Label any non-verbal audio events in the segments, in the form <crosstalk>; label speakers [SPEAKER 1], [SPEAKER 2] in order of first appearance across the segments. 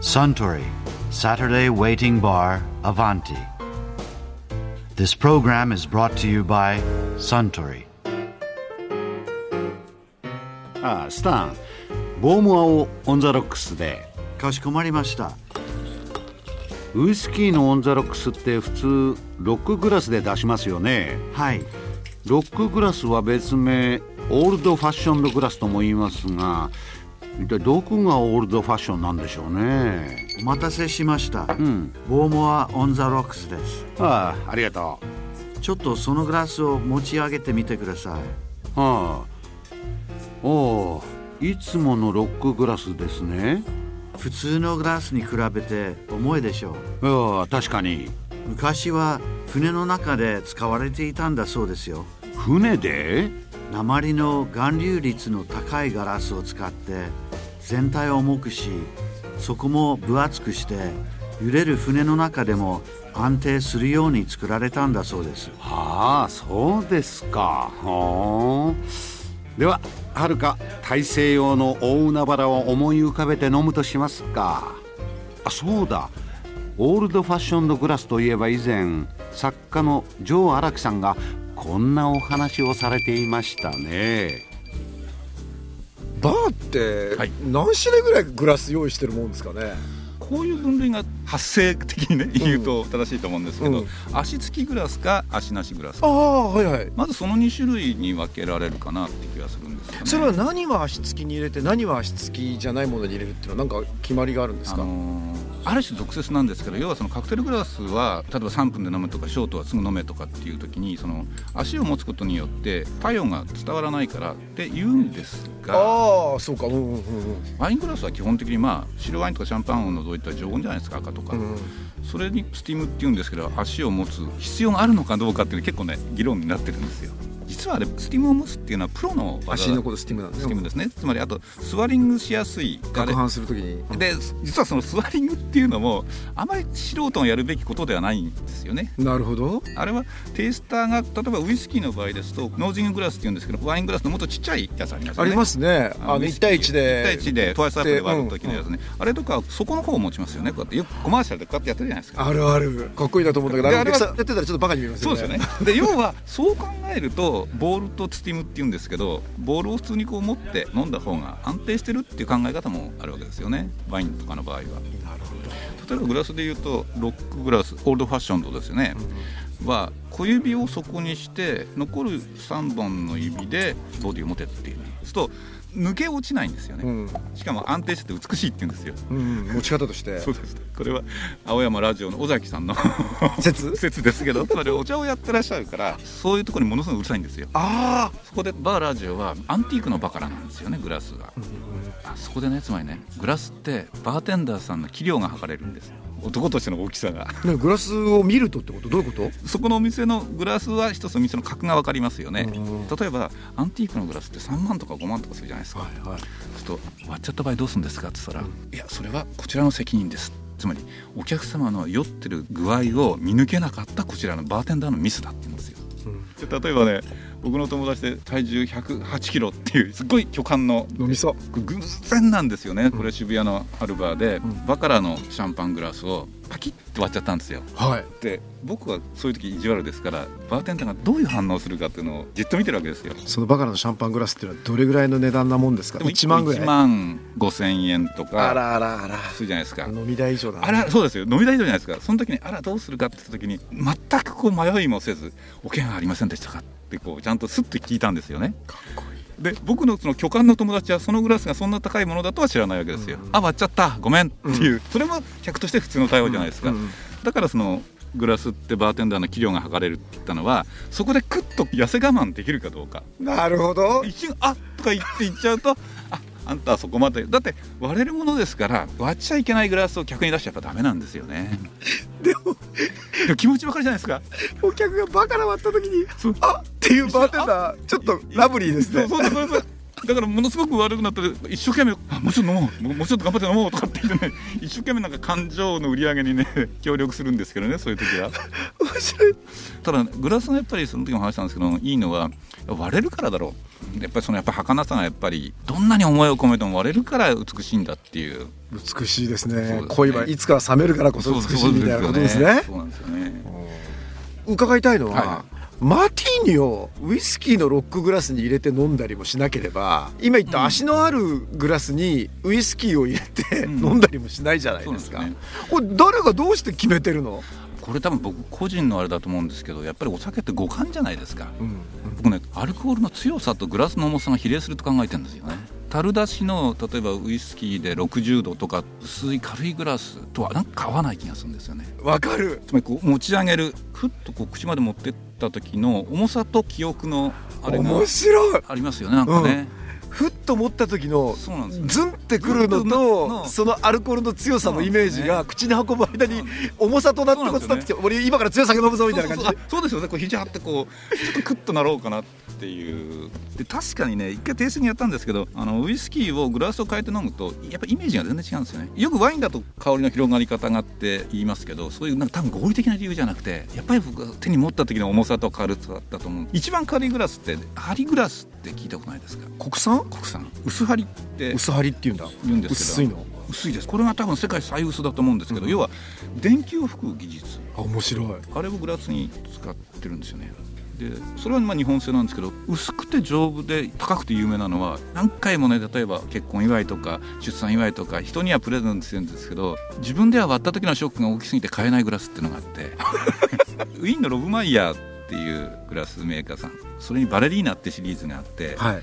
[SPEAKER 1] Suntory Saturday Waiting Bar Avanti. This program is brought to you by Suntory.
[SPEAKER 2] ああスタンボーモアをオン・ザ・ロックスでウイスキーのオン・ザ・ロックスって普通ロックグラスで出しますよねロックグラスは別名オールドファッションドグラスとも言いますが一体どこがオールドファッションなんでしょうね
[SPEAKER 1] かしこまりました。ボーモアオンザロックスです。ちょっとそのグラスを持ち上げてみてください。
[SPEAKER 2] ああありがとうはあおういつものロックグラスですね
[SPEAKER 1] 普通のグラスに比べて重いでしょう
[SPEAKER 2] ああ確かに
[SPEAKER 1] 昔は船の中で使われていたんだそうですよ
[SPEAKER 2] 船で
[SPEAKER 1] 鉛の含流率の高いガラスを使って全体を重くしそこも分厚くして揺れる船の中でも安定するように作られたんだそうです
[SPEAKER 2] はあそうですかはあでははるか大西洋の大海原を思い浮かべて飲むとしますかあそうだオールドファッションドグラスといえば以前作家のジョー荒木さんがこんなお話をされていましたね
[SPEAKER 3] バーって
[SPEAKER 4] はい
[SPEAKER 3] 何種類ぐらいグラス用意してるもんですかね、
[SPEAKER 4] こういう分類が発生的にね言うと正しいと思うんですけど、
[SPEAKER 3] うん
[SPEAKER 4] 足つきグラスか足なしグラス
[SPEAKER 3] あ
[SPEAKER 4] か
[SPEAKER 3] あはいはい
[SPEAKER 4] まずその2種類に分けられるかなって気がするんですよね
[SPEAKER 3] それは何は足つきに入れて何は足つきじゃないものに入れるっていうのは何か決まりがあるんです
[SPEAKER 4] あ
[SPEAKER 3] か、
[SPEAKER 4] のーある種俗説なんですけど要はそのカクテルグラスは例えば3分で飲むとかショートはすぐ飲めとかっていう時にその足を持つことによって体温が伝わらないからって言うんですが
[SPEAKER 3] ああそうかうんうん
[SPEAKER 4] ワイングラスは基本的にまあ白ワインとかシャンパンを除いた常温じゃないですか赤とか、
[SPEAKER 3] うんうん、うん、
[SPEAKER 4] それにスティムって言うんですけど足を持つ必要があるのかどうかっていうの結構ね議論になってるんですよ実はあれスティムを持つっていうのはプロの技
[SPEAKER 3] 足のことスティムなんです
[SPEAKER 4] スティム
[SPEAKER 3] ね
[SPEAKER 4] ですねつまりあとスワリングしやすいあれ
[SPEAKER 3] 攪拌するときに
[SPEAKER 4] で実はそのスワリングっていうのもあまり素人がやるべきことではないんですよね
[SPEAKER 3] なるほど
[SPEAKER 4] あれはテイスターが例えばウイスキーの場合ですとノージンググラスっていうんですけどワイングラスのもっとちっちゃいやつありますよ
[SPEAKER 3] あ
[SPEAKER 4] ね
[SPEAKER 3] りますねあの
[SPEAKER 4] ウイスキ
[SPEAKER 3] 1対
[SPEAKER 4] ー
[SPEAKER 3] 1で
[SPEAKER 4] 1対1でトワイスアップで割る時のやつ
[SPEAKER 3] うん
[SPEAKER 4] ね、あれとかそこの方を持ちますよねこうやってよくコマーシャルでこうやってやってるじゃないですか
[SPEAKER 3] あるあるかっこいいなと思うんだけ
[SPEAKER 4] で
[SPEAKER 3] どあ
[SPEAKER 4] あ
[SPEAKER 3] れ
[SPEAKER 4] れ
[SPEAKER 3] や
[SPEAKER 4] は
[SPEAKER 3] ってたらちょっとバカに見えます
[SPEAKER 4] そ
[SPEAKER 3] よね
[SPEAKER 4] うですよね。で要はそう考えるとボールとスティムっていうんですけどボールを普通にこう持って飲んだ方が安定してるっていう考え方もあるわけですよねワインとかの場合は。例えばグラスで言うとロックグラスオールドファッションドですよね。は小指を底にして残る3本の指でボディを持てっていうそうすると抜け落ちないんですよね、
[SPEAKER 3] うん
[SPEAKER 4] しかも安定してて美しいって言うんですよ
[SPEAKER 3] うん、持ち方として
[SPEAKER 4] そうですこれは青山ラジオの尾崎さんの
[SPEAKER 3] 説
[SPEAKER 4] 説ですけどつまりお茶をやってらっしゃるからそういうところにものすごいうるさいんですよ
[SPEAKER 3] あ
[SPEAKER 4] そこでバーラジオはアンティークのバカラなんですよねグラスが、あそこでねつまりねグラスってバーテンダーさんの器量が測れるんです男としての大きさが
[SPEAKER 3] あグラスを見るとってことどういうこと
[SPEAKER 4] そこのお店のグラスは一つお店の格が分かりますよね、例えばアンティークのグラスって3万とか5万とかするじゃないですか、
[SPEAKER 3] はいはい
[SPEAKER 4] ちょっと割っちゃった場合どうするんですかって言ったら、いやそれはこちらの責任ですつまりお客様の酔ってる具合を見抜けなかったこちらのバーテンダーのミスだって言うんですよ、で例えばね僕の友達で体重108キロっていうすっごい巨漢の
[SPEAKER 3] 飲みそう
[SPEAKER 4] これ偶然なんですよねこれ渋谷のアルバーで、バカラのシャンパングラスをパキッて割っちゃったんですよ
[SPEAKER 3] はい
[SPEAKER 4] で僕はそういう時意地悪ですからバーテンダーがどういう反応するかっていうのをじっと見てるわけですよ
[SPEAKER 3] そのバカラのシャンパングラスっていうのはどれぐらいの値段なもんですか
[SPEAKER 4] でも
[SPEAKER 3] 1万ぐらい
[SPEAKER 4] 1万5千円とか
[SPEAKER 3] あらあらあら
[SPEAKER 4] するじゃないですか
[SPEAKER 3] 飲み代以上だな
[SPEAKER 4] あらそうですよ飲み代以上じゃないですかその時にあらどうするかって言った時に全くこう迷いもせず「おけがありませんでしたか?」ってこうちゃんとスッと聞いたんですよね
[SPEAKER 3] かっこいい
[SPEAKER 4] で僕のその巨漢の友達はそのグラスがそんな高いものだとは知らないわけですよ、あ割っちゃったごめんっていう、それも客として普通の対応じゃないですか、
[SPEAKER 3] うんうん
[SPEAKER 4] だからそのグラスってバーテンダーの器量が測れるって言ったのはそこでクッと痩せ我慢できるかどうか
[SPEAKER 3] なるほど
[SPEAKER 4] 一瞬「あっ」とか言って言っちゃうと「ああんたはそこまで」だって割れるものですから割っちゃいけないグラスを客に出しちゃやっぱダメなんですよね
[SPEAKER 3] <laughs> でも
[SPEAKER 4] でも気持ちばかりじゃないですか
[SPEAKER 3] お客がバカラ割った時に
[SPEAKER 4] そう
[SPEAKER 3] あっていうバーテンダーちょっとラブリーですね
[SPEAKER 4] そうそうそうそうだからものすごく悪くなったら一生懸命あもうちょっと飲もうもうもうちょっと頑張って飲もうと <laughs> かって言ってね一生懸命なんか感情の売り上げにね協力するんですけどねそういう時は
[SPEAKER 3] 面白い
[SPEAKER 4] ただグラスのやっぱりその時も話したんですけどいいのは割れるからだろうやっぱりそのやっぱ儚さがやっぱりどんなに思いを込めても割れるから美しいんだっていう
[SPEAKER 3] 美しいですね
[SPEAKER 4] そうですね
[SPEAKER 3] 恋はいつか冷めるからこそ美しいみたいなことですね
[SPEAKER 4] そうなんですよね
[SPEAKER 3] 伺いたいのは、
[SPEAKER 4] は
[SPEAKER 3] マティーニをウイスキーのロックグラスに入れて飲んだりもしなければ今言った足のあるグラスにウイスキーを入れて、
[SPEAKER 4] うん
[SPEAKER 3] 飲んだりもしないじゃないですか
[SPEAKER 4] そうで
[SPEAKER 3] これ誰がどうして決めてるの、
[SPEAKER 4] これ多分僕個人のあれだと思うんですけどやっぱりお酒って五感じゃないですか
[SPEAKER 3] うん
[SPEAKER 4] 僕ねアルコールの強さとグラスの重さが比例すると考えてるんですよね樽出しの例えばウイスキーで60度とか薄い軽いグラスとはなんか合わない気がするんですよね
[SPEAKER 3] わかる
[SPEAKER 4] つまりこう持ち上げるふっとこう口まで持ってった時の重さと記憶のあれが
[SPEAKER 3] 面白い
[SPEAKER 4] ありますよねなんかね、
[SPEAKER 3] ふっと持った時の
[SPEAKER 4] そうなんですよ
[SPEAKER 3] ズンってくるの
[SPEAKER 4] ズンの
[SPEAKER 3] とそのアルコールの強さのイメージが口に運ぶ間に
[SPEAKER 4] そう
[SPEAKER 3] 重さとなってこう伝わってきて俺今から強い酒飲むぞみたいな
[SPEAKER 4] そうそうそ
[SPEAKER 3] 感
[SPEAKER 4] うあそうですよねこう肘張ってこうちょっとクッとなろうかなっていうで確かにね一回停止にやったんですけどあのウイスキーをグラスを変えて飲むとやっぱイメージが全然違うんですよねよくワインだと香りの広がり方があって言いますけどそういうなんか多分合理的な理由じゃなくてやっぱり僕が手に持った時の重さと軽さだったと思う一番軽いグラスってハリグラスって聞いたことないですか
[SPEAKER 3] じ国産
[SPEAKER 4] 国産薄張りって
[SPEAKER 3] 薄張りっていうんだ
[SPEAKER 4] 言うんですけ
[SPEAKER 3] 薄
[SPEAKER 4] ど
[SPEAKER 3] いの
[SPEAKER 4] 薄いですこれが多分世界最薄だと思うんですけど、要は電球を吹く技術
[SPEAKER 3] あ面白い
[SPEAKER 4] あれをグラスに使ってるんですよねでそれはまあ日本製なんですけど薄くて丈夫で高くて有名なのは何回もね例えば結婚祝いとか出産祝いとか人にはプレゼントしてるんですけど自分では割った時のショックが大きすぎて買えないグラスっていうのがあってウィーンのロブマイヤーっていうグラスメーカーさんそれにバレリーナってシリーズがあって、
[SPEAKER 3] はい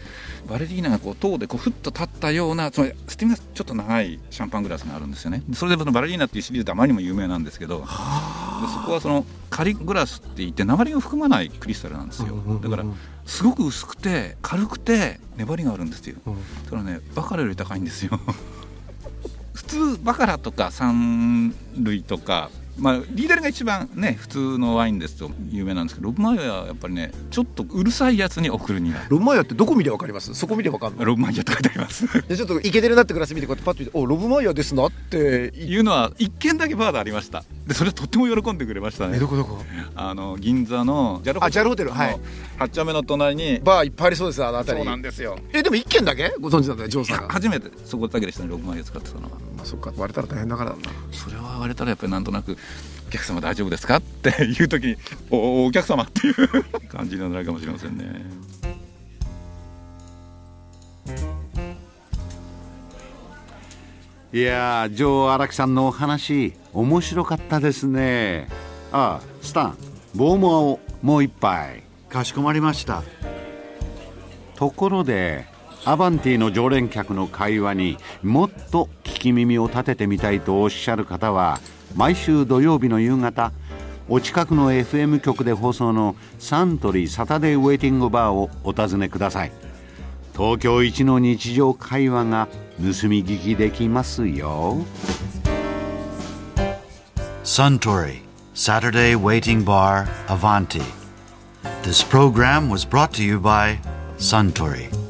[SPEAKER 4] バレリーナがこう塔でこうふっと立ったようなつまりスティンがちょっと長いシャンパングラスがあるんですよねでそれでこのバレリーナっていうシリーズってあまりにも有名なんですけどでそこはその仮グラスっていって鉛が含まないクリスタルなんですよだからすごく薄くて軽くて粘りがあるんですよだからねバカラより高いんですよ <laughs> 普通バカラとか三類とかまあ、リーダルが一番ね普通のワインですと有名なんですけどロブマイヤーはやっぱりねちょっとうるさいやつに送るには
[SPEAKER 3] ロブマイヤーってどこ見てわかりますそこ見てわかんない
[SPEAKER 4] ロブマイヤーって書いてあり <laughs> ます
[SPEAKER 3] でちょっとイケてるなってグラス見てこうやってパッと見て「おロブマイヤーですな」って言っ
[SPEAKER 4] いうのは一軒だけバーでありましたでそれはとっても喜んでくれました
[SPEAKER 3] え
[SPEAKER 4] ね
[SPEAKER 3] どこどこ
[SPEAKER 4] あの銀座のジャル
[SPEAKER 3] あジャルホテルはい
[SPEAKER 4] 8丁目の隣に
[SPEAKER 3] バーいっぱいありそうですあの辺
[SPEAKER 4] そ
[SPEAKER 3] り
[SPEAKER 4] うなんですよ
[SPEAKER 3] えでも一軒だけご存知なんだよジョーさんが
[SPEAKER 4] 初めてそこだけでしたね6万円使ってたのは
[SPEAKER 3] まあそっか割れたら大変だからなんだ
[SPEAKER 4] それは言われたらやっぱりなんとなく「お客様大丈夫ですか?」っていう時に「おおお客様」っていう <laughs> 感じになるかもしれませんね
[SPEAKER 2] いやージョー荒木さんのお話面白かったですねああスタンボーモアをもう一杯
[SPEAKER 1] かしこまりました
[SPEAKER 2] ところでアバンティの常連客の会話にもっと聞き耳を立ててみたいとおっしゃる方は毎週土曜日の夕方お近くの FM 局で放送のサントリーサタデーウェイティングバーをお尋ねください東京一の日常会話が盗み聞きできますよ
[SPEAKER 1] Suntory, Saturday Waiting Bar, Avanti. This program was brought to you by Suntory.